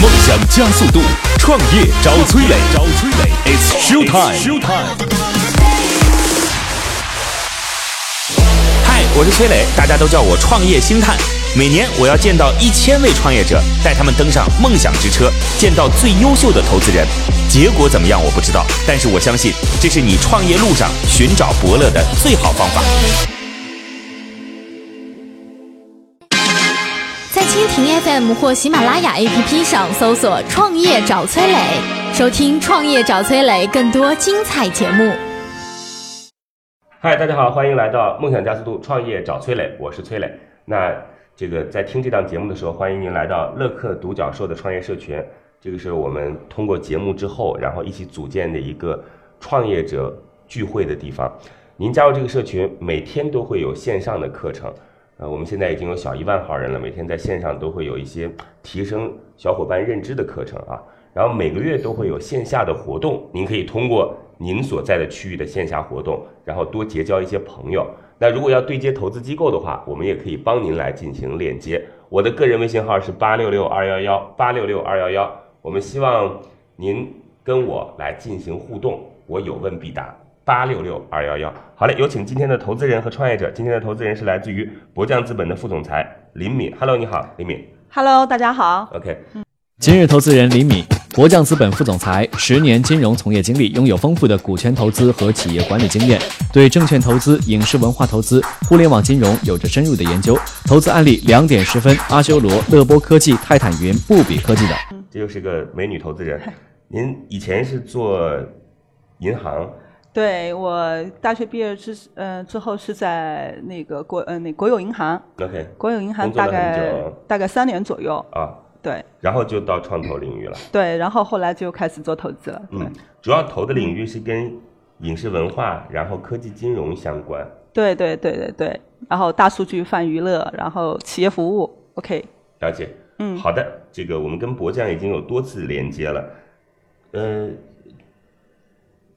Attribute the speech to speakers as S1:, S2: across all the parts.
S1: 梦想加速度，创业找崔磊，找崔磊，It's show time。
S2: 嗨，我是崔磊，大家都叫我创业星探。每年我要见到一千位创业者，带他们登上梦想之车，见到最优秀的投资人。结果怎么样我不知道，但是我相信这是你创业路上寻找伯乐的最好方法。
S3: 在蜻蜓 FM 或喜马拉雅 APP 上搜索“创业找崔磊”，收听“创业找崔磊”更多精彩节目。
S4: 嗨，大家好，欢迎来到梦想加速度创业找崔磊，我是崔磊。那这个在听这档节目的时候，欢迎您来到乐客独角兽的创业社群，这个是我们通过节目之后，然后一起组建的一个创业者聚会的地方。您加入这个社群，每天都会有线上的课程。呃，我们现在已经有小一万号人了，每天在线上都会有一些提升小伙伴认知的课程啊。然后每个月都会有线下的活动，您可以通过您所在的区域的线下活动，然后多结交一些朋友。那如果要对接投资机构的话，我们也可以帮您来进行链接。我的个人微信号是八六六二幺幺八六六二幺幺，我们希望您跟我来进行互动，我有问必答。八六六二幺幺。好嘞，有请今天的投资人和创业者。今天的投资人是来自于博匠资本的副总裁林敏。Hello，你好，林敏。
S5: Hello，大家好。
S4: OK，
S6: 今日投资人李敏，博匠资本副总裁，十年金融从业经历，拥有丰富的股权投资和企业管理经验，对证券投资、影视文化投资、互联网金融有着深入的研究。投资案例两点十分：阿修罗、乐波科技、泰坦云、布比科技等。
S4: 这又是个美女投资人。您以前是做银行，
S5: 对我大学毕业之呃之后是在那个国呃那国有银行，
S4: OK
S5: 国有银行
S4: 工作
S5: 大
S4: 了很
S5: 概
S4: 久
S5: 大概三年左右，
S4: 啊，
S5: 对
S4: 然后就到创投领域了。
S5: 对，然后后来就开始做投资了，对、
S4: 嗯，主要投的领域是跟影视文化，然后科技金融相关。
S5: 对对对对对，然后大数据泛娱乐，然后企业服务，OK，
S4: 了解。
S5: 嗯
S4: 好的，这个我们跟博将已经有多次连接了。呃，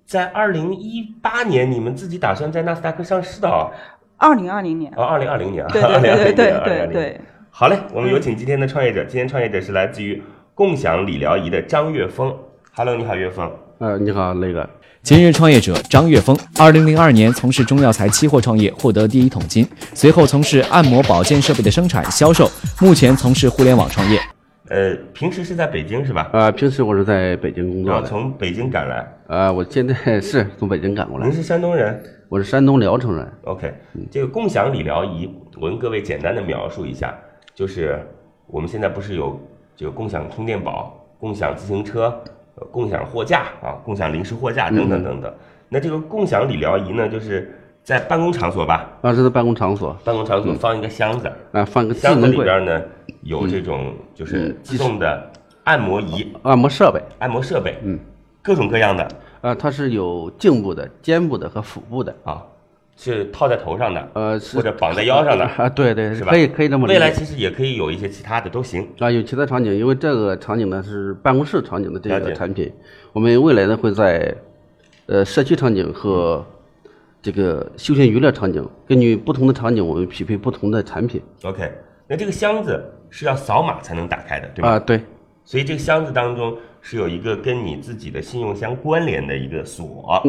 S4: 在二零一八年，你们自己打算在纳斯达克上市的啊？
S5: 二零二零年，
S4: 哦，二零二零年啊，
S5: 对
S4: 二
S5: 对
S4: 零二
S5: 对对
S4: 零年，二零二
S5: 对
S4: 零
S5: 对
S4: 年。
S5: 对，嗯
S4: 好嘞，我们有请今天的创业者。今天创业者是来自于共享理疗仪的张岳峰。Hello，你好，岳峰。
S7: 呃，你好，那个，
S6: 今日创业者张岳峰，二零零二年从事中药材期货创业，获得第一桶金，随后从事按摩保健设备的生产、销售，目前从事互联网创业。
S4: 呃，平时是在北京是吧？
S7: 呃，平时我是在北京
S4: 然
S7: 工作
S4: 后
S7: 的，
S4: 啊从北京赶来，
S7: 呃，我现在是从北京赶过
S4: 您
S7: 来，
S4: 是山东人。
S7: 我是山东聊城人，
S4: OK，这个共享理疗仪，我跟各位简单的描述一下，就是我们现在不是有这个共享充电宝、共享自行车、呃共享货架啊、共享零食货架等等
S7: 嗯
S4: 等等。那这个共享理疗仪呢，就是在办公场所吧，
S7: 当时的办公场所，
S4: 办公场所放一个箱子，
S7: 啊、放个智
S4: 箱子
S7: 嗯能
S4: 里
S7: 柜，嗯
S4: 边呢有这种就是自动的按摩仪、
S7: 按摩啊设备，
S4: 按摩设备，
S7: 嗯，
S4: 各种各样的
S7: 啊、它是有颈部的、肩部的和腹部的，
S4: 啊，是套在头上的，
S7: 呃，是
S4: 或者绑在腰上的。
S7: 啊，对对，
S4: 是吧？
S7: 可以可以这么理
S4: 未来
S7: 解。
S4: 其实也可以有一些其他的都行。
S7: 啊，有其他场景，因为这个场景呢是办公室场景的这
S4: 了
S7: 个
S4: 解
S7: 产品，我们未来呢会在，呃，社区场景和这个休闲娱乐场景，根据不同的场景，我们匹配不同的产品。
S4: OK，那这个箱子是要扫码才能打开的，对吧？
S7: 啊，对，
S4: 所以这个箱子当中是有一个跟你自己的信用相关联的一个锁。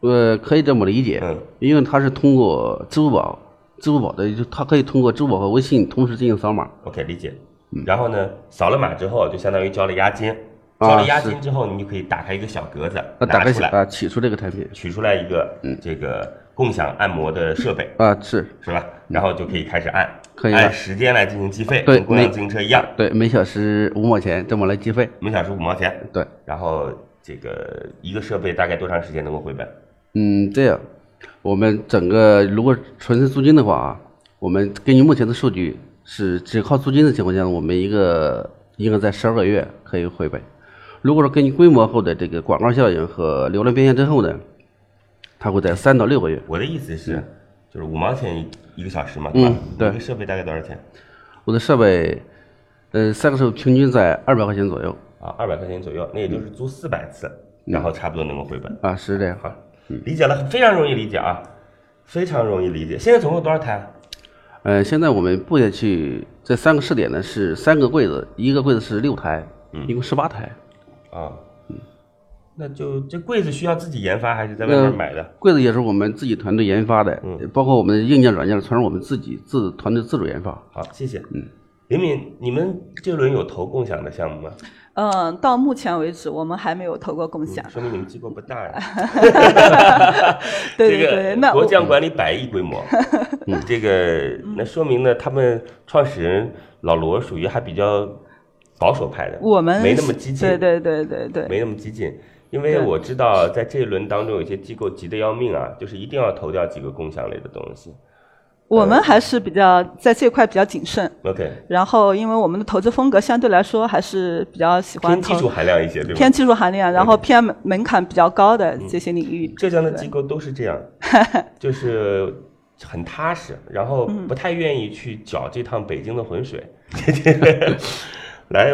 S7: 呃，可以这么理解，
S4: 嗯
S7: 因为它是通过支付宝，支付宝的就它可以通过支付宝和微信同时进行扫码，
S4: OK，理解。
S7: 嗯
S4: 然后呢，扫了码之后就相当于交了押金，
S7: 啊
S4: 交了押金
S7: 是
S4: 之后，你就可以打开一个小格子，
S7: 那打
S4: 拿
S7: 开
S4: 出来，
S7: 啊，嗯取出这个产品
S4: 取出来一个这个共享按摩的设备，
S7: 啊，是
S4: 是吧？然后就可以开始按，
S7: 嗯可以的
S4: 按时间来进行计费，
S7: 对
S4: 跟共享
S7: 每
S4: 自行车一样，
S7: 对，每小时五毛钱这么来计费，
S4: 每小时五毛钱。
S7: 对，
S4: 然后这个一个设备大概多长时间能够回本？
S7: 嗯，这样，我们整个如果纯是租金的话啊，我们根据目前的数据是只靠租金的情况下，我们一个应该在十二个月可以回本。如果说根据规模后的这个广告效应和流量变现之后呢，它会在三到六个月。
S4: 我的意思是，就是五毛钱一一个小时嘛，吧？
S7: 嗯对
S4: 一个设备大概多少钱？
S7: 我的设备，呃，三个设备平均在二百块钱左右
S4: 啊，二百块钱左右，那也就是租四百次，然后差不多能够回本。
S7: 啊，是这样。
S4: 好，理解了，非常容易理解啊，非常容易理解。现在总共有多少台啊？
S7: 呃，现在我们布下去这三个试点呢是三个柜子，一个柜子是六台，
S4: 嗯
S7: 一共十八台。
S4: 啊，那就这柜子需要自己研发还是在外
S7: 呃
S4: 面买的？嗯
S7: 柜子也是我们自己团队研发的，包括我们的硬件、软件全是我们自己自团队自主研发。
S4: 好，谢谢。嗯，林敏，你们这轮有投共享的项目吗？
S5: 嗯，到目前为止我们还没有投过共享。
S4: 说明你们机构不大呀。
S5: 对
S4: 这
S5: 对对，
S4: 个
S5: 那
S4: 国
S5: 我嗯
S4: 将管理百亿规 模，嗯这个那说明呢，他们创始人老罗属于还比较保守派的，
S5: 我们
S4: 没那么激进，
S5: 对对对对对，
S4: 没那么激进。因为
S5: 对
S4: 我知道，在这一轮当中，有些机构急得要命啊，就是一定要投掉几个共享类的东西。
S5: 我们还是比较在这块比较谨慎。
S4: OK，
S5: 然后，因为我们的投资风格相对来说还是比较喜欢
S4: 偏技术
S5: 投
S4: 含量一些，对吧？嗯
S5: 偏技术含量，然后偏门门槛比较高的这些领域。
S4: 浙江的
S5: 对
S4: 机构都是这样，就是很踏实，然后不太愿意去搅这趟北京的浑水。来，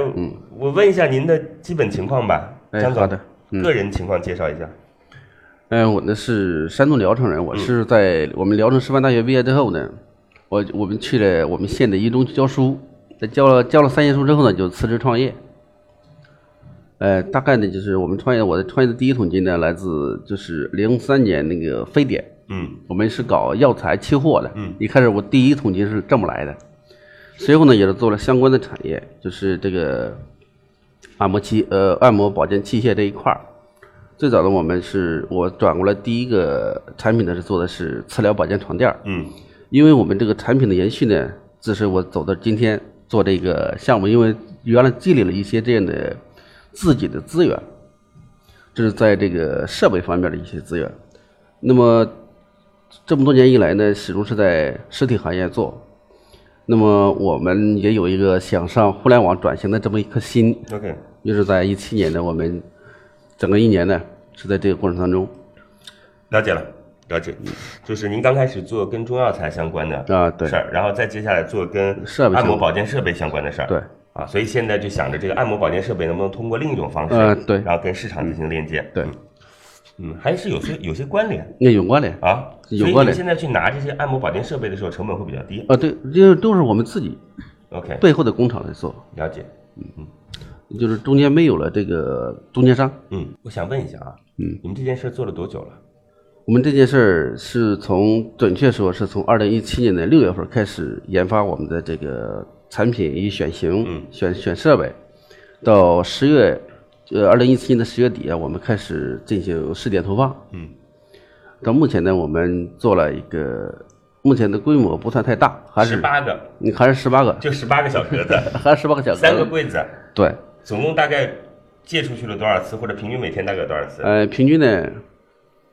S4: 我问一下您的基本情况吧，
S7: 嗯哎
S4: 张总
S7: 好的嗯
S4: 个人情况介绍一下。
S7: 嗯、我呢是山东聊城人，我是在我们聊城师范大学毕业之后呢，我我们去了我们县的一中去教书，在教了教了三年书之后呢，就辞职创业。呃，大概呢就是我们创业，我的创业的第一桶金呢来自就是零三年那个非典，
S4: 嗯，
S7: 我们是搞药材期货的，
S4: 嗯
S7: 一开始我第一桶金是这么来的，随后呢也是做了相关的产业，就是这个按摩器呃按摩保健器械这一块儿。最早的我们是我转过来第一个产品呢是做的是磁疗保健床垫儿，
S4: 嗯，
S7: 因为我们这个产品的延续呢，这是我走到今天做这个项目，因为原来积累了一些这样的自己的资源，这是在这个设备方面的一些资源。那么这么多年以来呢，始终是在实体行业做。那么我们也有一个想上互联网转型的这么一颗心，
S4: OK，
S7: 就是在一七年呢，我们整个一年呢是在这个过程当中
S4: 了解了，了解。就是您刚开始做跟中药材相关的
S7: 嗯啊，对
S4: 事，儿，然后再接下来做跟
S7: 设备相关
S4: 按摩保健设备相关的事儿。
S7: 对。
S4: 啊，所以现在就想着这个按摩保健设备能不能通过另一种方式，
S7: 呃对
S4: 然后跟市场进行链接，
S7: 对，
S4: 嗯，还是有些有些关联
S7: 那有关联
S4: 啊。
S7: 有
S4: 所以
S7: 关
S4: 你
S7: 联
S4: 现在去拿这些按摩保健设备的时候，成本会比较低。
S7: 啊，对，这都是我们自己
S4: OK，
S7: 背后的工厂来做，
S4: 了解。
S7: 就是中间没有了这个中间商。
S4: 嗯，我想问一下啊，嗯，你们这件事做了多久了？
S7: 我们这件事儿是从准确说是从二零一七年的六月份开始研发我们的这个产品与选型、
S4: 嗯
S7: 选选设备，到十月，呃，二零一七年的十月底啊，我们开始进行试点投放。
S4: 嗯，
S7: 到目前呢，我们做了一个，目前的规模不算太大，还
S4: 十
S7: 是
S4: 八个，
S7: 你还是十八个，
S4: 就十八个小格子，
S7: 还是十八个小格子
S4: 三个柜子，
S7: 对，
S4: 总共大概借出去了多少次，或者平均每天大概有多少次？
S7: 呃，平均呢，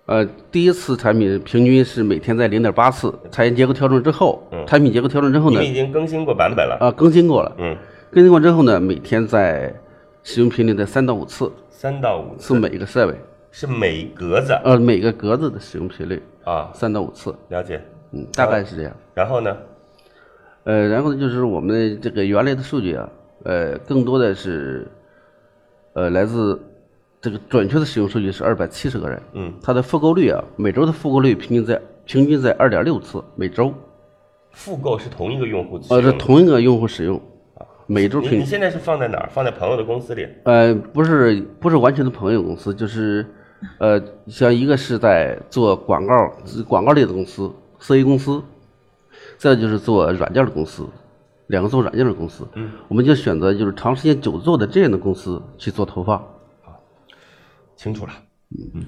S7: 呃，第一次产品平均是每天在零点八次，产业结构调整之后，
S4: 嗯
S7: 产品结构调整之后
S4: 你
S7: 呢
S4: 们，已经更新过版本了。
S7: 啊，更新过了，
S4: 嗯，
S7: 更新过之后呢，每天在使用频率的三到五次，
S4: 三到五
S7: 是
S4: 次，
S7: 每个设备，
S4: 是每格子
S7: 呃，每个格子的使用频率
S4: 啊，
S7: 三到五次，
S4: 了解。
S7: 嗯，大概是这样。
S4: 然后呢？
S7: 呃，然后呢，就是我们的这个原来的数据啊，呃，更多的是，呃，来自这个准确的使用数据是二百七十个人，
S4: 嗯，
S7: 它的复购率啊，每周的复购率平均在平均在二点六次每周，
S4: 复购是同一个用户使
S7: 呃，
S4: 用啊的，
S7: 是同一个用户使用，每周
S4: 你
S7: 平
S4: 你现在是放在哪儿？放在朋友的公司里。
S7: 呃，不是不是完全的朋友公司，就是呃，像一个是在做广告广告类的公司，CA 公司，再就是做软件的公司，两个做软件的公司，嗯，我们就选择就是长时间久坐的这样的公司去做投放，
S4: 清楚了。嗯，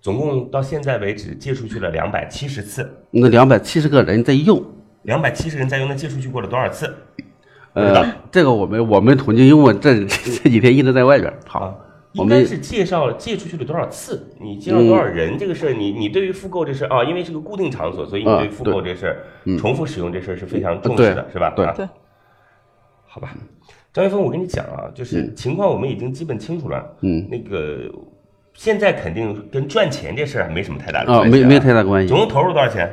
S4: 总共到现在为止借出去了两百七十次，
S7: 那两百七十个人在用，
S4: 两百七十人在用，那借出去过了多少次？知道
S7: 呃，这个我们我们统计，因为我这这几天一直在外边跑，我
S4: 啊应该
S7: 们
S4: 是介绍借出去了多少次，你介绍多少人这个事儿，你你对于复购这事儿啊，因为是个固定场所，所以你
S7: 嗯啊嗯
S4: 对复购这事儿、重复使用这事儿是非常重视的，
S7: 对
S4: 是吧？
S7: 对
S4: 啊
S5: 对
S4: 好吧，张一峰，我跟你讲啊，就是情况我们已经基本清楚了。
S7: 嗯
S4: 那个现在肯定跟赚钱这事儿没什么太大的
S7: 啊
S4: 关系、
S7: 没没太大关系
S4: 总，共投入多少钱？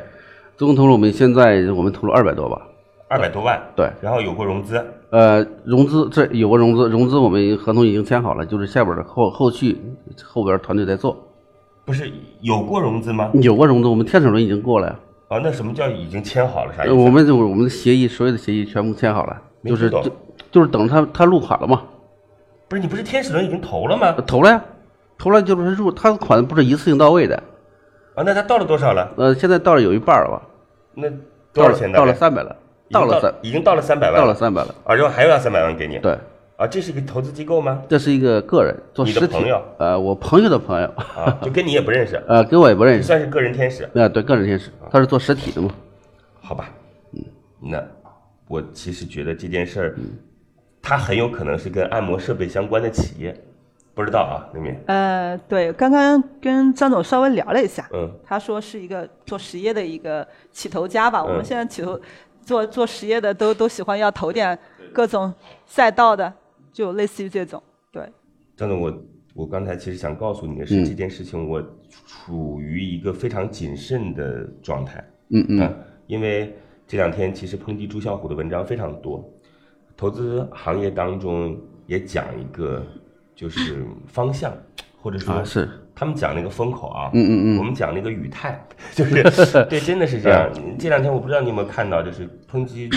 S7: 总共投入我们现在我们投入二百多吧，
S4: 二百多万。
S7: 对。
S4: 然后有过融资，
S7: 呃，融资这有个融资，融资我们合同已经签好了，就是下边的后后续后边团队在做。
S4: 不是有过融资吗？
S7: 有个融资，我们天使轮已经过了呀，
S4: 啊，那什么叫已经签好了？啥意
S7: 呃
S4: 思？啊
S7: 我们就我们的协议所有的协议全部签好了，
S4: 没
S7: 就是
S4: 听懂
S7: 就就是等着他他录卡了嘛，呃
S4: 不是你不是天使轮已经投了吗？
S7: 投了呀，投了就是入，他款不是一次性到位的，
S4: 啊，那他到了多少了？
S7: 呃，现在到了有一半了吧？
S4: 那多
S7: 到
S4: 少钱
S7: 了
S4: 大
S7: 到
S4: 概
S7: 了三百了，
S4: 已经
S7: 了三
S4: 已经到了三百万，
S7: 到了三百了，
S4: 啊，然后还要三百万给你，
S7: 对，
S4: 啊，这是一个投资机构吗？
S7: 这是一个个人做
S4: 你的
S7: 实体
S4: 朋友，
S7: 呃，我朋友的朋友，
S4: 啊，就跟你也不认识，
S7: 呃，跟我也不认
S4: 你
S7: 识，
S4: 算是个人天使，
S7: 呃，对，个人认识，他是做实体的嘛，
S4: 好吧？嗯，那我其实觉得这件事儿，它很有可能是跟按摩设备相关的企业，不知道啊，李敏，
S5: 呃，对，刚刚跟张总稍微聊了一下，
S4: 嗯，
S5: 他说是一个做实业的一个起头家吧。我
S4: 嗯
S5: 们现在起头做做实业的都都喜欢要投点各种赛道的，就类似于这种。对，
S4: 张总，我我刚才其实想告诉你的是，
S7: 嗯
S4: 这件事情我处于一个非常谨慎的状态，
S7: 嗯嗯
S4: 啊，因为这两天其实抨击朱啸虎的文章非常多，投资行业当中也讲一个就是方向，或者
S7: 啊
S4: 说
S7: 是，
S4: 他们讲那个风口啊，
S7: 嗯嗯啊嗯
S4: 我们讲那个语态，就是对，真的是这 样。这两天我不知道你有没有看到，就是抨击，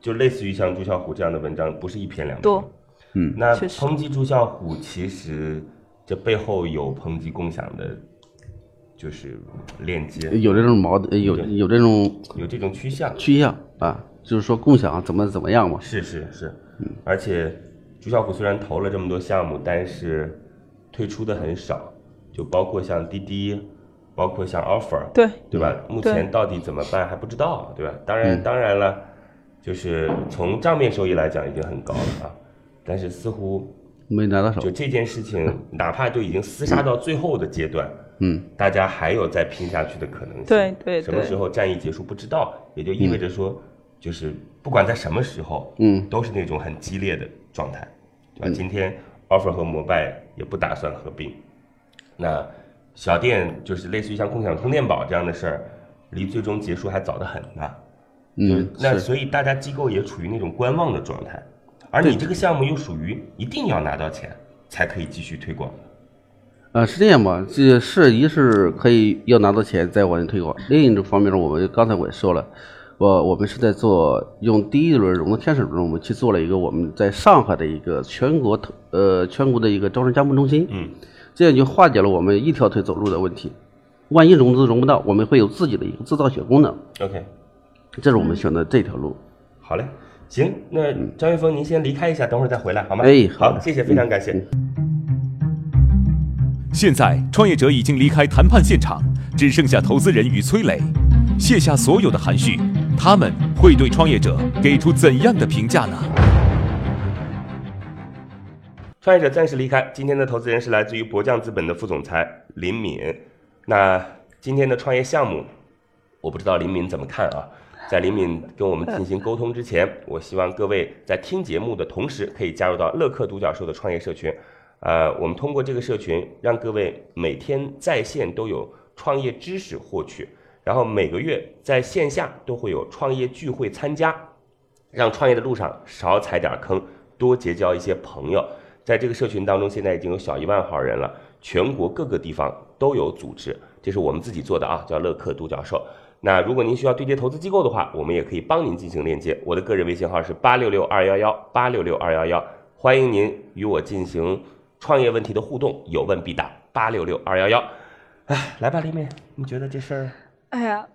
S4: 就类似于像朱啸虎这样的文章，不是一篇两篇，
S5: 多
S7: 嗯
S4: 那
S5: 确实
S4: 抨击朱啸虎，其实这背后有抨击共享的，就是链接，
S7: 有这种矛
S4: 嗯
S7: 盾，有有这种
S4: 有这种趋向，
S7: 趋向啊，就是说共享怎么怎么样嘛，
S4: 是是是，而且朱啸虎虽然投了这么多项目，但是退出的很少，就包括像滴滴，包括像 Offer，
S5: 对
S4: 对吧？目前到底怎么办还不知道，对吧？当然，当然了，就是从账面收益来讲已经很高了啊，但是似乎
S7: 没拿到手
S4: 就，这件事情，哪怕就已经厮杀到最后的阶段，
S7: 嗯，
S4: 大家还有再拼下去的可能性。
S5: 对对嗯
S4: 什么
S5: 对
S4: 时候战役结束不知道，也就意味着说，就是不管在什么时候，
S7: 嗯，
S4: 都是那种很激烈的状态，对吧？今天 offer 和摩拜也不打算合并，那小店就是类似于像共享充电宝这样的事儿，离最终结束还早得很呢、
S7: 嗯
S4: 那
S7: 是，
S4: 所以大家机构也处于那种观望的状态，而你这个项目又属于一定要拿到钱才可以继续推广。
S7: 呃是这样吧，这是一是可以要拿到钱再往前推广，另一种方面呢，我们刚才我也说了。我我们是在做用第一轮融资天使轮，我们去做了一个我们在上海的一个全国投呃全国的一个招商加盟中心，
S4: 嗯，
S7: 这样就化解了我们一条腿走路的问题。万一融资融不到，我们会有自己的一个自造血功能，
S4: OK，
S7: 这是我们选择这条路。
S4: 好嘞，行，那张玉峰您先离开一下，等会儿再回来好吗？
S7: 嗯哎好
S4: 好，
S7: 的嗯
S4: 谢谢，非常感谢。
S1: 现在，创业者已经离开谈判现场，只剩下投资人与崔磊，卸下所有的含蓄，他们会对创业者给出怎样的评价呢？
S4: 创业者暂时离开。今天的投资人是来自于博匠资本的副总裁林敏。那今天的创业项目，我不知道林敏怎么看啊。在林敏跟我们进行沟通之前，我希望各位在听节目的同时，可以加入到乐客独角兽的创业社群。呃，我们通过这个社群，让各位每天在线都有创业知识获取，然后每个月在线下都会有创业聚会参加。让创业的路上少踩点坑，多结交一些朋友。在这个社群当中，现在已经有小一万号人了，全国各个地方都有组织，这是我们自己做的啊，叫乐客独角兽。那如果您需要对接投资机构的话，我们也可以帮您进行链接。我的个人微信号是八六六二幺幺八六六二幺幺，欢迎您与我进行创业问题的互动，有问必答，八六六二幺幺。哎，来吧，李敏，你觉得这事儿？
S5: 哎呀，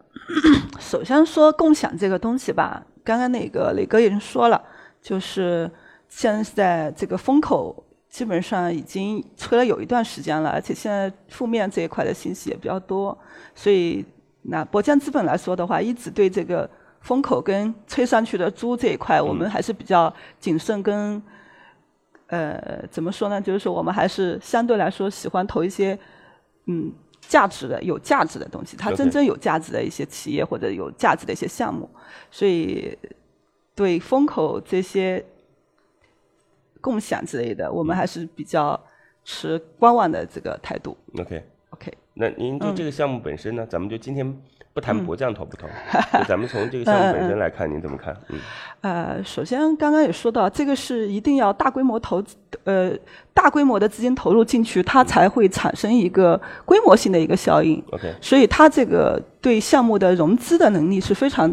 S5: 首先说共享这个东西吧，刚刚那个磊哥已经说了，就是现在这个风口基本上已经吹了有一段时间了，而且现在负面这一块的信息也比较多，所以拿博江资本来说的话，一直对这个风口跟吹上去的猪这一块，我们还是比较谨慎跟。呃，怎么说呢？就是说，我们还是相对来说喜欢投一些，嗯，价值的、有价值的东西，它
S4: OK
S5: 真正有价值的一些企业或者有价值的一些项目。所以，对风口这些共享之类的，我们还是比较持观望的这个态度。
S4: OK，
S5: OK，
S4: 那您对
S5: 嗯
S4: 这个项目本身呢？咱们就今天不谈博酱投不投，就咱们从这个项目本身来看，您怎么看？嗯，
S5: 呃，首先刚刚也说到，这个是一定要大规模投资，呃，大规模的资金投入进去，
S4: 嗯
S5: 它才会产生一个规模性的一个效应。
S4: OK
S5: 所以它这个对项目的融资的能力是非常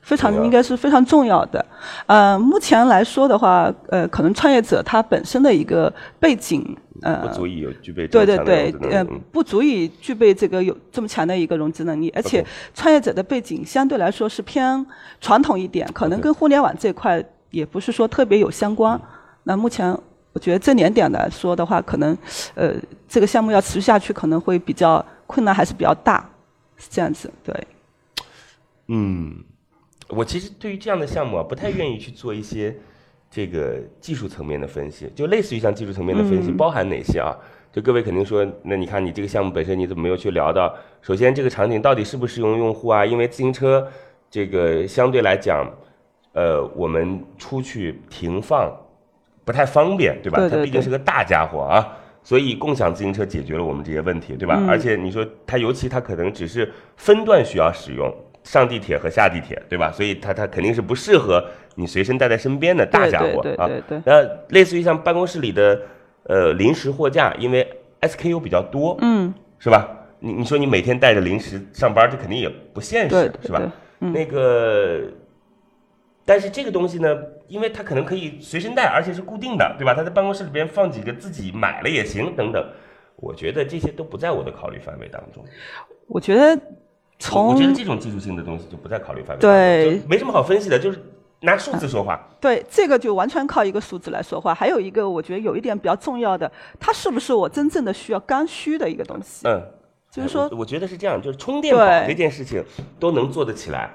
S5: 非常
S4: 重要
S5: 应该是非常重要的。呃，目前来说的话，呃，可能创业者他本身的一个背景，呃，
S4: 不足以有具备这
S5: 对
S4: 么
S5: 对
S4: 强的融资，
S5: 对
S4: 能
S5: 呃
S4: 力嗯，
S5: 不足以具备这个有这么强的一个融资能力，而且
S4: OK
S5: 创业者的背景相对来说是偏传统一点，可能
S4: OK
S5: 跟互联网这块也不是说特别有相关。那目前我觉得这两点来说的话，可能呃这个项目要持续下去，可能会比较困难，还是比较大，是这样子。对，
S4: 嗯，我其实对于这样的项目啊，不太愿意去做一些这个技术层面的分析，就类似于像技术层面的分析，
S5: 嗯
S4: 包含哪些啊？就各位肯定说，那你看你这个项目本身你怎么没有去聊到？首先，这个场景到底适不适用用户啊？因为自行车这个相对来讲，呃，我们出去停放不太方便，对吧？
S5: 对对
S4: 它毕竟
S5: 对
S4: 是个大家伙啊，所以共享自行车解决了我们这些问题，对吧？
S5: 嗯
S4: 而且你说它，尤其它可能只是分段需要使用，上地铁和下地铁，对吧？所以它它肯定是不适合你随身带在身边的大
S5: 对
S4: 家
S5: 对
S4: 伙
S5: 对
S4: 啊。
S5: 对对。
S4: 那类似于像办公室里的呃临时货架，因为 SKU 比较多，
S5: 嗯，
S4: 是吧？你你说你每天带着零食上班，这肯定也不现实，
S5: 对对
S4: 是吧
S5: 对？嗯
S4: 那个，但是这个东西呢，因为它可能可以随身带，而且是固定的，对吧？他在办公室里边放几个，自己买了也行，等等。我觉得这些都不在我的考虑范围当中。
S5: 我觉得
S4: 我我觉得
S5: 从
S4: 这种技术性的东西就不在考虑范围当中，
S5: 对
S4: 就没什么好分析的，就是拿数字说话。
S5: 对这个就完全靠一个数字来说话。还有一个，我觉得有一点比较重要的，它是不是我真正的需要刚需的一个东西？
S4: 嗯，
S5: 就是
S4: 哎
S5: 说
S4: 我，我觉得是这样，就是充电宝
S5: 对
S4: 这件事情都能做得起来。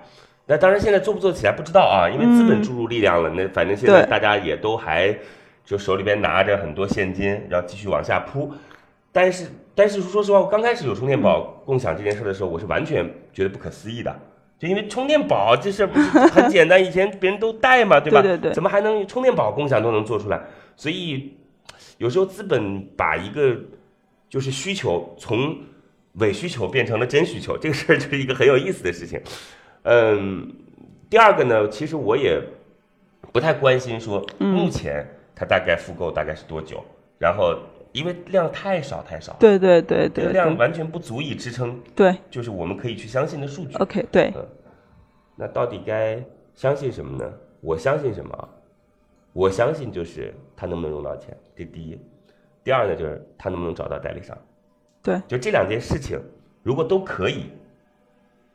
S4: 那当然，现在做不做起来不知道啊，因为资本注入力量了。那反正现在
S5: 嗯对
S4: 大家也都还就手里边拿着很多现金，要继续往下铺。但是，但是说实话，我刚开始有充电宝共享这件事的时候，我是完全觉得不可思议的。就因为充电宝这事儿不是 很简单，以前别人都带嘛，对吧？
S5: 对对对
S4: 怎么还能充电宝共享都能做出来？所以有时候资本把一个就是需求从伪需求变成了真需求，这个事儿就是一个很有意思的事情。嗯，第二个呢，其实我也不太关心说目前它大概复购大概是多久，然后因为量太少太少，
S5: 对对对
S4: 这个
S5: 对
S4: 量
S5: 对
S4: 完全不足以支撑，
S5: 对
S4: 就是我们可以去相信的数据。
S5: ，OK，对，
S4: 那到底该相信什么呢？我相信什么啊？我相信就是他能不能融到钱，这第一。第二呢，就是他能不能找到代理商。
S5: 对，
S4: 就这两件事情，如果都可以，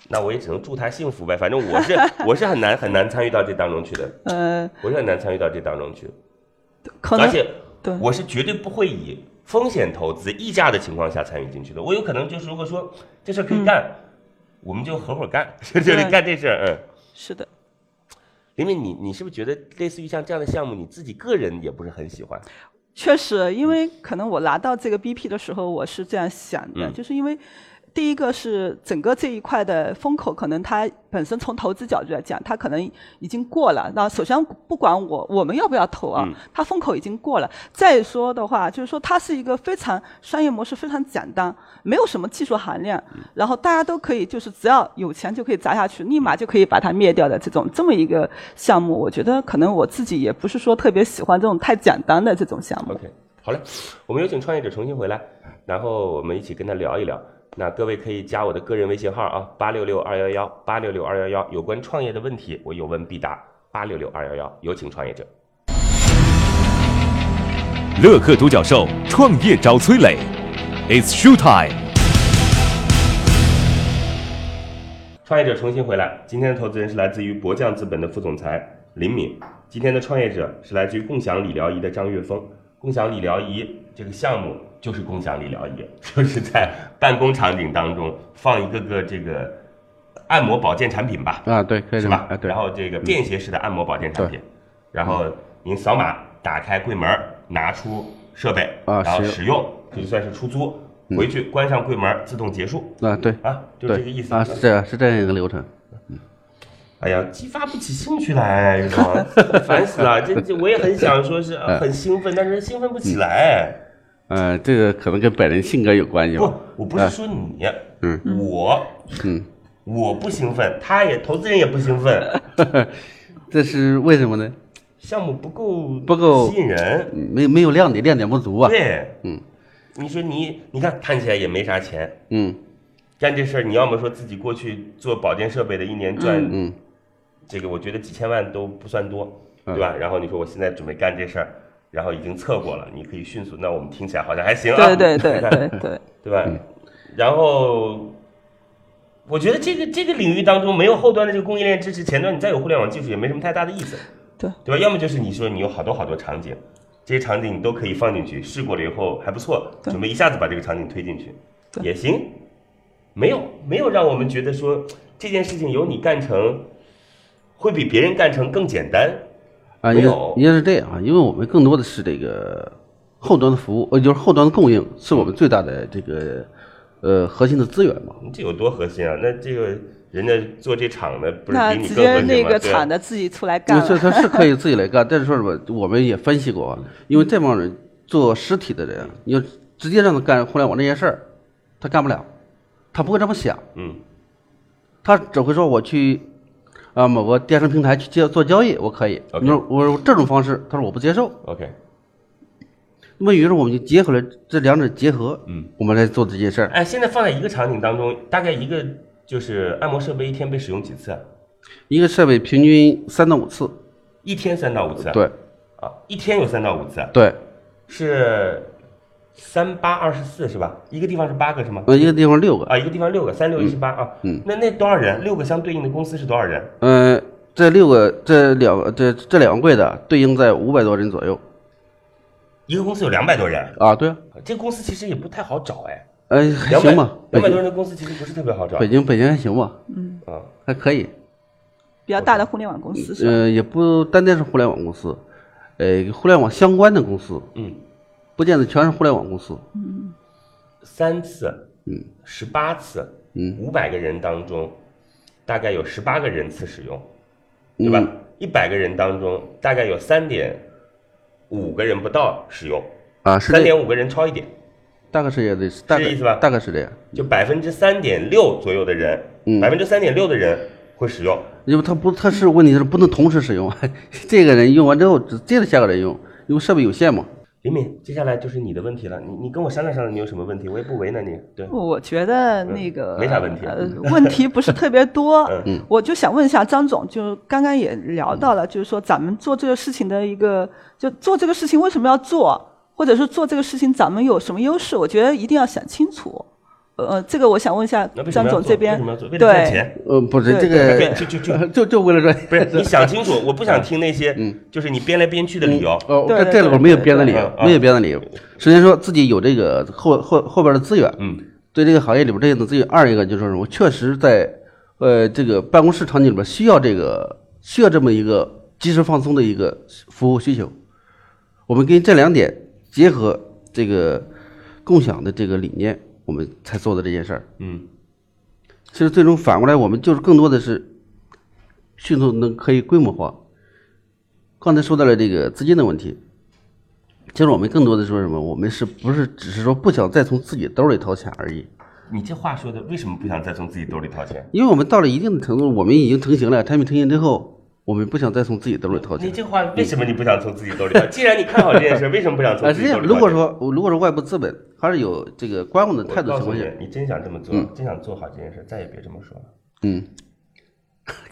S4: 那我也只能祝他幸福呗。反正我是 我是很难很难参与到这当中去的，
S5: 呃，
S4: 我是很难参与到这当中去。
S5: 可
S4: 而
S5: 能
S4: 且
S5: 对
S4: 我是绝对不会以风险投资溢价的情况下参与进去的。我有可能就是如果说这事儿可以干，我们就合伙干， 就就
S5: 对
S4: 干这事儿。嗯，
S5: 是的，
S4: 林敏，你你是不是觉得类似于像这样的项目，你自己个人也不是很喜欢？
S5: 确实，因为可能我拿到这个 BP 的时候，我是这样想的，
S4: 嗯
S5: 就是因为。第一个是整个这一块的风口，可能它本身从投资角度来讲，它可能已经过了。那首先不管我我们要不要投啊，它风口已经过了。再说的话，就是说它是一个非常商业模式非常简单，没有什么技术含量，然后大家都可以就是只要有钱就可以砸下去，立马就可以把它灭掉的这种这么一个项目，我觉得可能我自己也不是说特别喜欢这种太简单的这种项目。
S4: OK，好嘞，我们有请创业者重新回来，然后我们一起跟他聊一聊。那各位可以加我的个人微信号啊，八六六二幺幺八六六二幺幺，有关创业的问题，我有问必答。八六六二幺幺，有请创业者。
S1: 乐客独角兽创业找崔磊，It's show time。
S4: 创业者重新回来，今天的投资人是来自于博匠资本的副总裁林敏，今天的创业者是来自于共享理疗仪的张岳峰。共享理疗仪这个项目就是共享理疗仪， 就是在办公场景当中放一个个这个按摩保健产品吧，
S7: 啊，对，可以
S4: 是
S7: 这么
S4: 嗯吧？
S7: 啊，对，
S4: 然后这个便携式的按摩保健产品，然后您扫码打开柜门，拿出设备，
S7: 啊
S4: 然后
S7: 使
S4: 使用，这就算是出租。回去关上柜门，自动结束
S7: 啊，对，
S4: 啊，就这个意
S7: 对，
S4: 思
S7: 啊，是这样，是这样一个流程。
S4: 哎呀，激发不起兴趣 来，是吧烦死了！这这我也很
S7: 嗯
S4: 想说是呃很兴奋，但是兴奋不起来。
S7: 呃，这个可能跟本人性格有关系
S4: 不
S7: 吧。，
S4: 我不是说你，
S7: 嗯，
S4: 我，
S7: 嗯，
S4: 我不兴奋，他也投资人也不兴奋，
S7: 这是为什么呢？
S4: 项目不够
S7: 不够
S4: 吸引人，
S7: 嗯没没有亮点，亮点不足啊。
S4: 对，
S7: 嗯，
S4: 你说你，你看看起来也没啥钱，
S7: 嗯
S4: 干这事儿，你要么说自己过去做保健设备的，一年赚
S7: 嗯
S4: 这个我觉得几千万都不算多，
S5: 嗯
S4: 对吧？然后你说我现在准备干这事儿，然后已经测过了，你可以迅速，那我们听起来好像还行啊，
S5: 对对 对对对，
S4: 对吧？
S5: 嗯
S4: 然后，我觉得这个这个领域当中没有后端的这个供应链支持，前端你再有互联网技术也没什么太大的意思，
S5: 对
S4: 对吧？要么就是你说你有好多好多场景，这些场景你都可以放进去，试过了以后还不错，
S5: 对
S4: 准备一下子把这个场景推进去
S5: 对
S4: 也行，没有没有让我们觉得说这件事情由你干成会比别人干成更简单，
S7: 啊，
S4: 没
S7: 应该
S4: 有
S7: 应该是这样啊，因为我们更多的是这个后端的服务，呃，就是后端的供应是我们最大的这个呃核心的资源嘛。
S4: 这有多核心啊？那这个人家做这厂的不是
S5: 那
S4: 比你
S5: 直
S4: 更核
S5: 接
S4: 心吗？
S5: 那个
S4: 对啊
S5: 厂的自己出来干
S7: 那是
S5: 了，
S7: 他是可以自己来干，但是说什么，我们也分析过啊，因为这帮人做实体的人，你要直接让他干互联网这件事儿，他干不了，他不会这么想，
S4: 嗯，
S7: 他只会说我去啊某个电商平台去接做交易，我可以。
S4: OK
S7: 你说我说这种方式，他说我不接受。
S4: OK，
S7: 那么于是我们就结合了这两者结合，
S4: 嗯，
S7: 我们来做这件事儿。
S4: 哎，现在放在一个场景当中，大概一个就是按摩设备一天被使用几次啊？
S7: 一个设备平均三到五次，
S4: 一天三到五次啊？
S7: 对
S4: 啊，一天有三到五次啊，
S7: 对，
S4: 是三八二十四是吧？一个地方是八个是吗？
S7: 呃，一个地方六个，
S4: 啊，一个地方六个，三六一十八啊。
S7: 嗯
S4: 那那多少人？六个相对应的公司是多少人？
S7: 呃，这六个这两个这这两个柜的对应在五百多人左右
S4: 一个公司有两百多人，
S7: 啊，对啊，
S4: 这个公司其实也不太好找哎，
S7: 哎，还
S4: 两百
S7: 行吧，
S4: 两
S7: 北
S4: 百多
S7: 京
S4: 人的公司其实不是特别好找
S7: 北京北京还行吧，
S4: 啊。
S7: 还可以，
S5: 比较大的互联网公司是吧？
S7: 呃，也不单单是互联网公司，呃，互联网相关的公司，
S4: 嗯，
S7: 不见得全是互联网公司，
S4: 三次，嗯，十八次，
S7: 嗯，
S4: 五百个人当中，大概有十八个人次使用，对吧？一百个人当中，大概有三点五个人不到使用，
S7: 啊，是
S4: 三
S7: 这
S4: 点五个人超一点，
S7: 大概是也得，大
S4: 是这
S7: 概
S4: 意思吧
S7: 大概是这样，
S4: 就百分之三点六左右的人，
S7: 嗯
S4: 百分之三点六的人会使用。
S7: 因为它不，它是问题是不能同时使用， 这个人用完之后，只接着下个人用，因为设备有限嘛，
S4: 李敏，接下来就是你的问题了，你你跟我商量商量，你有什么问题，我也不为难你。对，
S5: 我觉得那个
S4: 嗯没啥问题
S5: 呃，问题不是特别多
S4: 嗯。
S5: 我就想问一下张总，就刚刚也聊到了，就是说咱们做这个事情的一个，就做这个事情为什么要做，或者是做这个事情咱们有什么优势？我觉得一定要想清楚。呃，这个我想问一下
S4: 那为什
S5: 张
S4: 么要
S5: 总
S4: 做
S5: 这
S4: 为
S5: 边
S4: 什么要做？，为了赚
S5: 对，
S4: 钱。
S7: 呃，不是
S5: 对
S7: 这
S4: 对，
S7: 个，
S4: 就就就
S7: 就就为了赚钱，
S4: 不是你想清楚，我不想听那些就是你编来编去的理由。
S7: 哦，
S5: 对
S7: 这
S5: 对
S7: 这里
S5: 对
S7: 边没有
S5: 对
S7: 编的理
S4: 对
S7: 由
S4: 嗯，
S7: 没有编的理由。首先说自己有这个后后后边的资源，
S4: 嗯，
S7: 对这个行业里边这些的资源。二一个就是说什么，确实在呃这个办公室场景里边需要这个需要这么一个及时放松的一个服务需求。我们跟这两点结合这个共享的这个理念，我们才做的这件事儿。
S4: 嗯，
S7: 其实最终反过来，我们就是更多的是迅速能可以规模化。刚才说到了这个资金的问题，其实我们更多的说什么？我们是不是只是说不想再从自己兜里掏钱而已？
S4: 你这话说的，为什么不想再从自己兜里掏钱？
S7: 因为我们到了一定的程度，我们已经成型了，产品成型之后，我们不想再从自己兜里掏
S4: 你
S7: 钱。
S4: 这话为什么你不想从自己兜里掏？既然你看好这件事，为什么不想从
S7: 啊，
S4: 自
S7: 是
S4: 己
S7: 这
S4: 兜
S7: 样。
S4: 里掏钱？
S7: 如果说如果说外部资本还是有这个观望的
S4: 我
S7: 态度
S4: 告
S7: 情
S4: 诉
S7: 况
S4: 你
S7: 下，，
S4: 你真想这么做，
S7: 嗯
S4: 真想做好这件事，再也别这么说了。
S7: 嗯，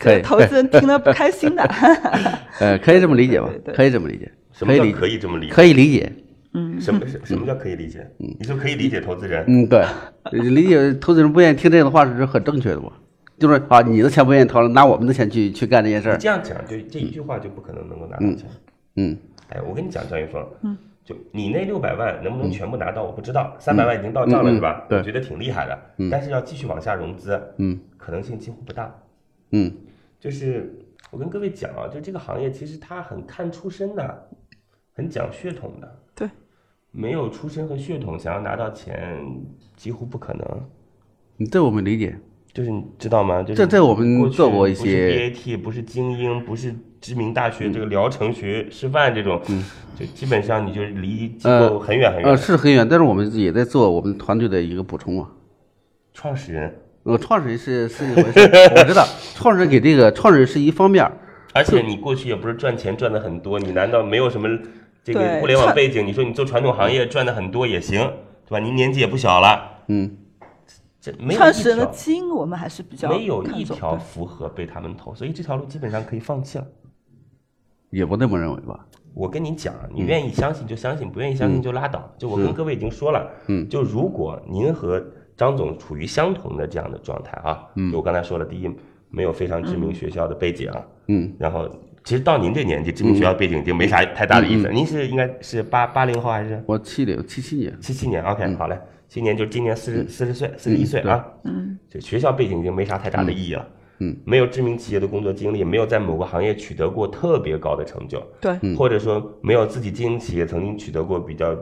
S7: 可以，
S5: 投资人听了不开 心的。
S7: 呃，可以这么理解吧
S5: 对对？对
S7: 可以这么理解，
S4: 什
S7: 可
S4: 么
S7: 以
S4: 叫
S7: 理
S4: 可
S7: 解，
S4: 以这么理解？
S7: 可以理解。
S4: 什么什什么叫可以理解？你说可以理解投资人，
S7: 嗯，对，理解投资人不愿意听这样的话是很正确的嘛？就是啊，你的钱不愿意掏了，拿我们的钱去去干这件事
S4: 你
S7: 儿。
S4: 这样讲，就这一句话就不可能能够拿到钱。
S7: 嗯，
S4: 哎，我跟你讲，张云峰，就你那六百万能不能全部拿到，我不知道。三百万已经到账了
S7: 嗯
S4: 是吧？
S7: 对
S4: 我觉得挺厉害的，但是要继续往下融资，
S7: 嗯，
S4: 可能性几乎不大。
S7: 嗯，
S4: 就是我跟各位讲啊，就这个行业其实它很看出身的，很讲血统的。
S5: 对，
S4: 没有出身和血统，想要拿到钱几乎不可能。
S7: 嗯这我们理解。
S4: 就是你知道吗？就是
S7: 这这我们
S4: 过去
S7: 做过一
S4: 不是
S7: 些嗯
S4: BAT，不是精英，不是知名大学，这个聊城学师范这种，就基本上你就离机构
S7: 呃
S4: 很远很远。
S7: 呃，是很远，但是我们也在做我们团队的一个补充嘛。
S4: 创始人，
S7: 呃，创始人是是一回事儿，我知道，创始人给这个创始人是一方面儿，
S4: 而且你过去也不是赚钱赚的很多，你难道没有什么这个
S5: 对
S4: 互联网
S5: 创
S4: 背景？你说你做传统行业赚的很多也行，对吧？您年纪也不小了，
S7: 嗯，
S4: 这没有
S5: 创
S4: 一
S5: 始人的
S4: 条
S5: 基因我们还是比较
S4: 没有
S5: 看
S4: 一
S5: 重
S4: 条
S5: 对
S4: 符合被他们投，所以这条路基本上可以放弃了。
S7: 也不那么认为吧？
S4: 我跟你
S7: 嗯
S4: 讲，你愿意相信就相信，不愿意相信就拉倒。就我跟各位已经说了，
S7: 嗯
S4: 就如果您和张总处于相同的这样的状态啊，
S7: 嗯
S4: 就我刚才说了，第一没有非常知名学校的背景，
S7: 嗯，
S4: 然后其实到您这年纪，知名学校背景就没啥太大的意思。
S7: 嗯
S4: 您是应该是八八零后还是
S7: 我七零七七年，
S4: 七七年？OK，、好
S7: 嗯
S4: 嘞，今年就是今年四十四十岁，四十一岁啊，嗯，这学校背景已经没啥太大的意义了。
S7: 嗯，
S4: 没有知名企业的工作经历，没有在某个行业取得过特别高的成就，
S5: 对
S7: 嗯
S4: 或者说没有自己经营企业曾经取得过比较，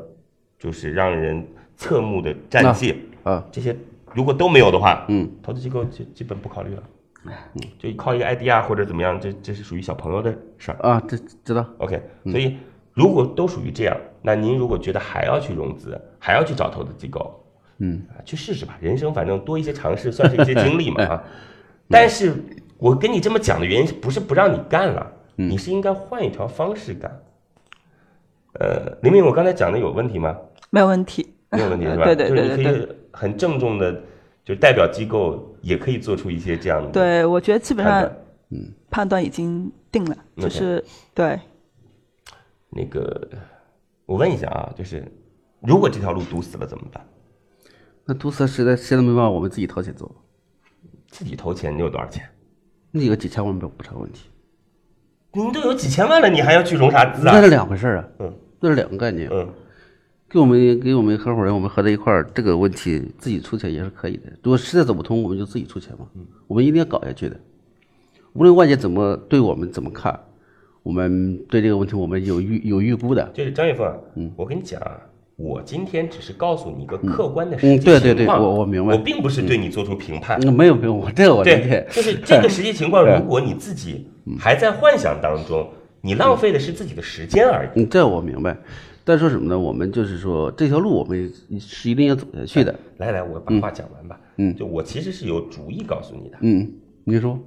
S4: 就是让人侧目的战绩，
S7: 啊，
S4: 这些如果都没有的话，
S7: 嗯，
S4: 投资机构就基本不考虑了，嗯，就靠一个 IDR 或者怎么样，这这是属于小朋友的事儿
S7: 啊，这知道，
S4: ，OK，所
S5: 嗯
S4: 以如果都属于这样，那您如果觉得还要去融资，还要去找投资机构，
S7: 嗯
S4: 啊去试试吧，人生反正多一些尝试，算是一些经历
S5: 哎
S4: 嘛啊。但是我跟你这么讲的原因，不是不让你干了，
S5: 嗯
S4: 你是应该换一条方式干。呃，林明，我刚才讲的有问题吗？
S5: 没有问题。
S4: 没有问题是吧？
S5: 对对对
S4: 就是
S5: 对
S4: 你可以很郑重的，就是代表机构也可以做出一些这样的
S5: 对，我觉得基本
S4: 判
S5: 上
S4: 断。
S5: 判断已经定了，就
S4: OK
S5: 是对
S4: 那个，我问一下啊，就是如果这条路堵死了怎么办？
S7: 那毒蛇实在现在没办法，我们自己掏钱做，
S4: 自己投钱，你有多少钱？
S7: 那个几千万不不成问题，
S4: 您都有几千万了，你还要去融啥资啊
S7: 那？是两回事儿啊，
S4: 嗯，
S7: 那是两个概念。啊
S4: 嗯，
S7: 给我们给我们合伙人，我们合在一块儿，这个问题自己出钱也是可以的。如果实在走不通，我们就自己出钱嘛。
S4: 嗯
S7: 我们一定要搞下去的，无论外界怎么对我们怎么看，我们对这个问题我们有预有预估的。
S4: 就是张玉凤，嗯，我跟你讲啊，我今天只是告诉你一个客观的实
S7: 嗯
S4: 际情
S7: 对
S4: 况，
S7: 对对我我明白
S4: 我并不是对你做出评判。
S7: 嗯没有没有，我这个我理
S4: 对
S7: 解，。
S4: 就是这 个实际情况，
S7: 对
S4: 如果你自己还在幻想当中，你浪费的是自己的时间而已。
S7: 嗯，这我明白。但说什么呢？我们就是说这条路我们是一定要走下去的。
S4: 来来，我把话讲完吧。
S7: 嗯
S4: 就我其实是有主意告诉你的，
S7: 嗯，你说，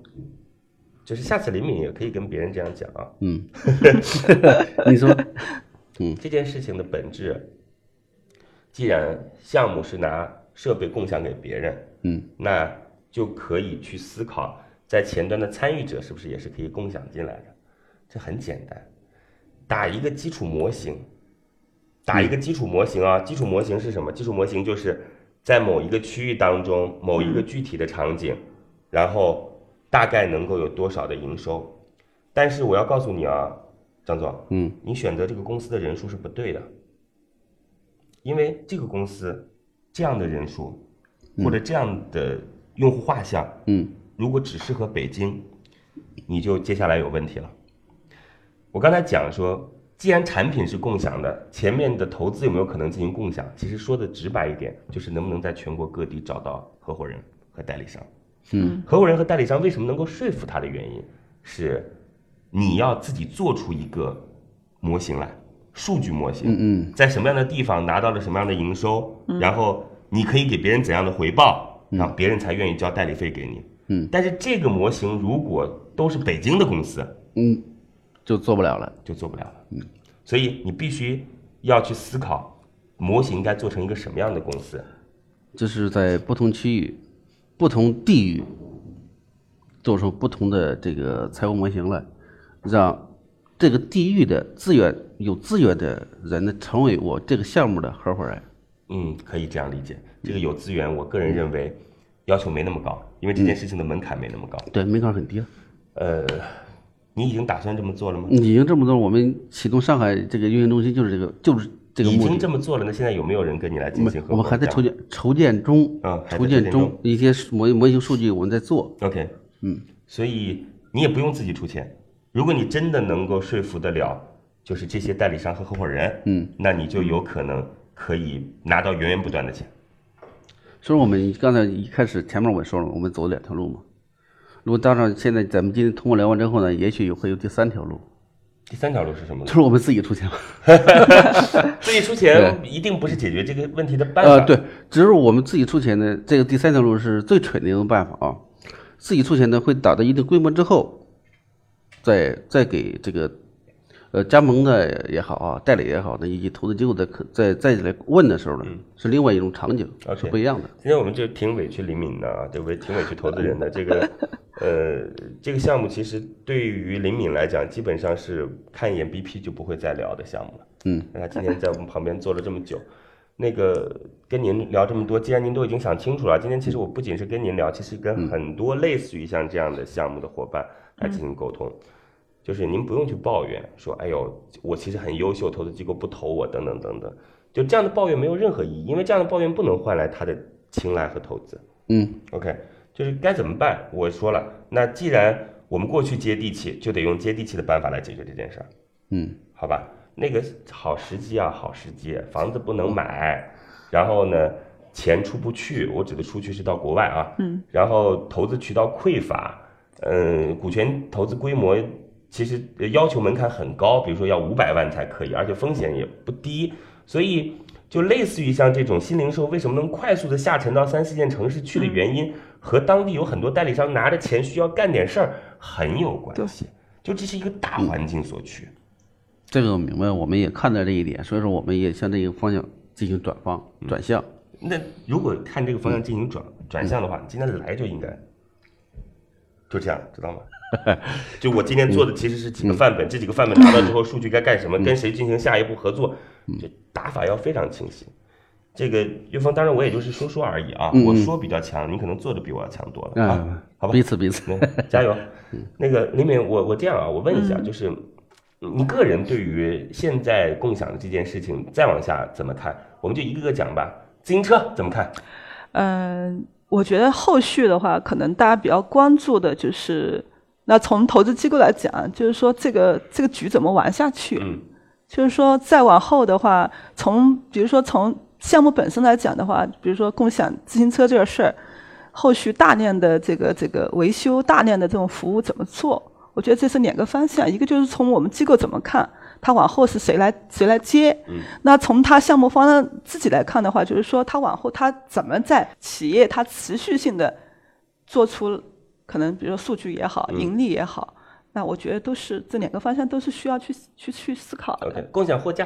S4: 就是下次林敏也可以跟别人这样讲啊，
S7: 嗯，你说，
S4: 这件事情的本质，既然项目是拿设备共享给别人，
S7: 嗯，
S4: 那就可以去思考，在前端的参与者是不是也是可以共享进来的？这很简单，打一个基础模型，打一个基础模型啊，基础模型是什么？基础模型就是在某一个区域当中，某一个
S7: 嗯
S4: 具体的场景，然后大概能够有多少的营收。但是我要告诉你啊，张总，
S7: 嗯，
S4: 你选择这个公司的人数是不对的，因为这个公司这样的人数或者这样的用户画像，
S7: 嗯，
S4: 如果只适合北京，你就接下来有问题了。我刚才讲说，既然产品是共享的，前面的投资有没有可能进行共享？其实说的直白一点，就是能不能在全国各地找到合伙人和代理商。嗯，合伙人和代理商为什么能够说服他的原因是，你要自己做出一个模型来，数据模型。
S7: 嗯
S4: 在什么样的地方拿到了什么样的营收，然后你可以给别人怎样的回报，让别人才愿意交代理费给你。
S7: 嗯，
S4: 但是这个模型如果都是北京的公司，
S7: 嗯，就做不了了。
S4: 就做不了了。嗯，所以你必须要去思考，模型该做成一个什么样的公司。
S7: 就是在不同区域、不同地域做出不同的这个财务模型来，让这个地域的资源有资源的人呢，成为我这个项目的合伙人。
S4: 嗯，可以这样理解。这个有资源，我个人认为要求没那么高，因为这件事情的门槛没那么高。
S7: 对，门槛很低啊。
S4: 呃，你已经打算这么做了吗？
S7: 已经这么多，我们启动上海这个运营中心就是这个，就是这个
S4: 已
S7: 目
S4: 经
S7: 的
S4: 这。么做了，那现在有没有人跟你来进行合
S7: 我
S4: 伙
S7: 们还在
S4: 这样
S7: 筹建筹建中
S4: 嗯，还在
S7: 筹
S4: 筹
S7: 建
S4: 建
S7: 中
S4: 中
S7: 一些模模型数据我们在做。
S4: OK，
S7: 嗯，
S4: 所以你也不用自己出钱。如果你真的能够说服得了，就是这些代理商和合伙人，
S7: 嗯，
S4: 那你就有可能可以拿到源源不断的钱。
S7: 所以我们刚才一开始前面我也说了，我们走两条路嘛。如果当然现在咱们今天通过聊完之后呢，也许有会有第三条路，
S4: 第三条路是什么
S7: 就
S4: 呢？
S7: 是我们自己出钱嘛。
S4: 自己出钱一定不是解决这个问题的办法。
S7: 呃，对，只是我们自己出钱呢，这个第三条路是最蠢的一种办法啊。自己出钱呢，会达到一定规模之后，再再给这个呃加盟的也好啊，代理也好，那以及投资机构的可在再来问的时候呢，是另外一种场景，
S4: 嗯 OK
S7: 是不一样的。
S4: 今天我们就挺委屈李敏的啊，对不对？挺委屈投资人的。这个，呃，这个项目其实对于李敏来讲，基本上是看一眼 BP 就不会再聊的项目了。
S7: 嗯，
S4: 那他今天在我们旁边坐了这么久，那个跟您聊这么多，既然您都已经想清楚了，今天其实我不仅是跟您聊，其实跟很多类似于像这样的项目的伙伴来进行沟通。就是您不用去抱怨说，哎呦，我其实很优秀，投资机构不投我，等等等等，就这样的抱怨没有任何意义，因为这样的抱怨不能换来他的青睐和投资。
S7: 嗯
S4: ，OK，就是该怎么办？我说了，那既然我们过去接地气，就得用接地气的办法来解决这件事儿，
S7: 嗯，
S4: 好吧？那个好时机啊，好时机，房子不能买，然后呢，钱出不去，我指的出去是到国外啊，
S5: 嗯，
S4: 然后投资渠道匮乏，嗯，股权投资规模其实呃要求门槛很高，比如说要五百万才可以，而且风险也不低，所以就类似于像这种新零售为什么能快速的下沉到三四线城市去的原因，和当地有很多代理商拿着钱需要干点事儿很有关系，就这是一个大环境所趋。
S7: 这个我明白，我们也看到这一点，所以说我们也向这个方向进行转方
S4: 嗯
S7: 转向。
S4: 那如果看这个方向进行转转向的话，你今天来就应该就这样，知道吗？就我今天做的其实是几个范本，这几个范本拿到之后，数据该干什么，跟谁进行下一步合作，就打法要非常清晰。这个岳峰，当然我也就是说说而已啊，我说比较强，你可能做的比我要强多了啊
S7: 嗯，
S4: 好吧
S7: 彼，此 彼此。
S4: 那加油。那个李敏，我我这样啊，我问一下，就是你个人对于现在共享的这件事情，再往下怎么看？我们就一个个讲吧。自行车怎么看？
S5: 嗯、我觉得后续的话，可能大家比较关注的就是，那从投资机构来讲，就是说这个这个局怎么玩下去？
S4: 嗯
S5: 就是说再往后的话，从比如说从项目本身来讲的话，比如说共享自行车这个事儿，后续大量的这个这个维修、大量的这种服务怎么做？我觉得这是两个方向，一个就是从我们机构怎么看，它往后是谁来谁来接。那从它项目方自己来看的话，就是说它往后它怎么在企业它持续性的做出可能比如说数据也好、盈利也好，那我觉得都是这两个方向都是需要去去去思考的。
S4: ，OK，共享货架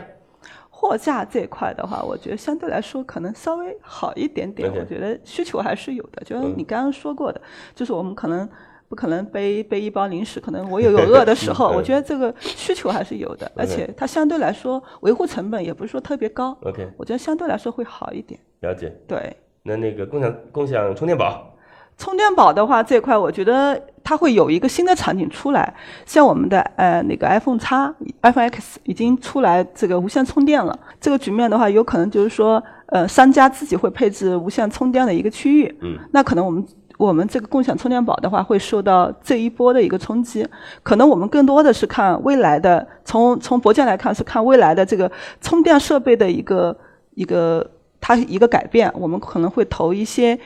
S5: 货架这一块的话，我觉得相对来说可能稍微好一点点。
S4: OK
S5: 我觉得需求还是有的，就像
S4: 嗯
S5: 你刚刚说过的，就是我们可能不可能背背一包零食，可能我有有饿的时候，
S4: 嗯
S5: 我觉得这个需求还是有的，而
S4: OK
S5: 且它相对来说维护成本也不是说特别高，
S4: ，OK，
S5: 我觉得相对来说会好一点。
S4: 了解。
S5: 对，
S4: 那那个共享共享充电宝，
S5: 充电宝的话，这块我觉得它会有一个新的场景出来，像我们的呃那个 iPhone X、iPhone X 已经出来这个无线充电了。这个局面的话，有可能就是说，呃，商家自己会配置无线充电的一个区域。
S4: 嗯，
S5: 那可能我们我们这个共享充电宝的话，会受到这一波的一个冲击。可能我们更多的是看未来的，从从博建来看是看未来的这个充电设备的一个一个它一个改变，我们可能会投一些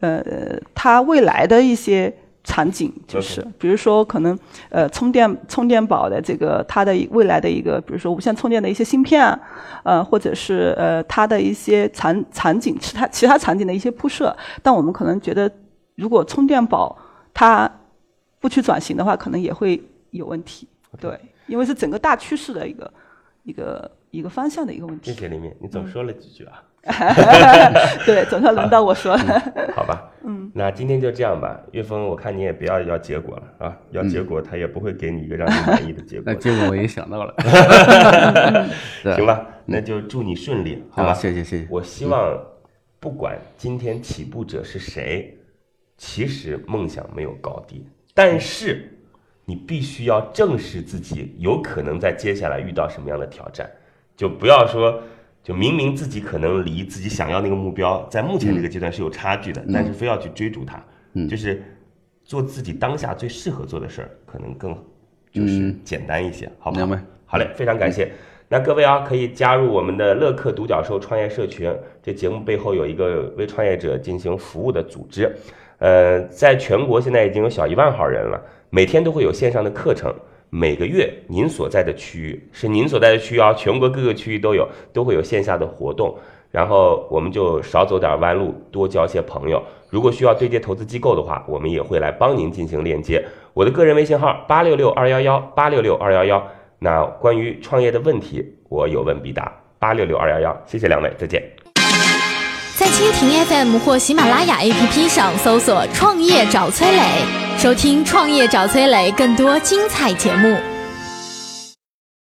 S5: 呃它未来的一些场景，就是比如说可能呃充电充电宝的这个它的未来的一个，比如说无线充电的一些芯片啊，呃或者是呃它的一些场场景其他其他场景的一些铺设，但我们可能觉得如果充电宝它不去转型的话，可能也会有问题。对，因为是整个大趋势的一个一个一个方向的一个问
S4: 谢
S5: 题。
S4: 谢李敏，你总说了几句啊，
S5: 对，总算轮到我说了。
S4: 好吧，嗯，那今天就这样吧。岳峰，我看你也不要要结果了啊，要结果他也不会给你一个让你满意的结果
S7: 那
S4: 的，
S7: 结果我也想 到了，对
S4: 行吧？那就祝你顺利，好吧？
S7: 啊，谢谢谢谢。
S4: 我希望，不管今天起步者是谁，其实梦想没有高低，但是你必须要正视自己有可能在接下来遇到什么样的挑战，就不要说。就明明自己可能离自己想要那个目标，在目前这个阶段是有差距的，
S7: 嗯
S4: 但是非要去追逐它，就是做自己当下最适合做的事儿，可能更就是简单一些，好吗？
S7: 嗯明白
S4: 好嘞，非常感谢。那各位啊，可以加入我们的乐客独角兽创业社群。这节目背后有一个为创业者进行服务的组织，呃，在全国现在已经有小一万号人了，每天都会有线上的课程。每个月您所在的区域是您所在的区域啊，全国各个区域都有，都会有线下的活动。然后我们就少走点弯路，多交些朋友。如果需要对接投资机构的话，我们也会来帮您进行链接。我的个人微信号八六六二幺幺八六六二幺幺，那关于创业的问题，我有问必答。八六六二幺幺，谢谢两位，再见。
S3: 在蜻蜓 FM 或喜马拉雅 APP 上搜索“创业找崔磊”，收听“创业找崔磊”更多精彩节目。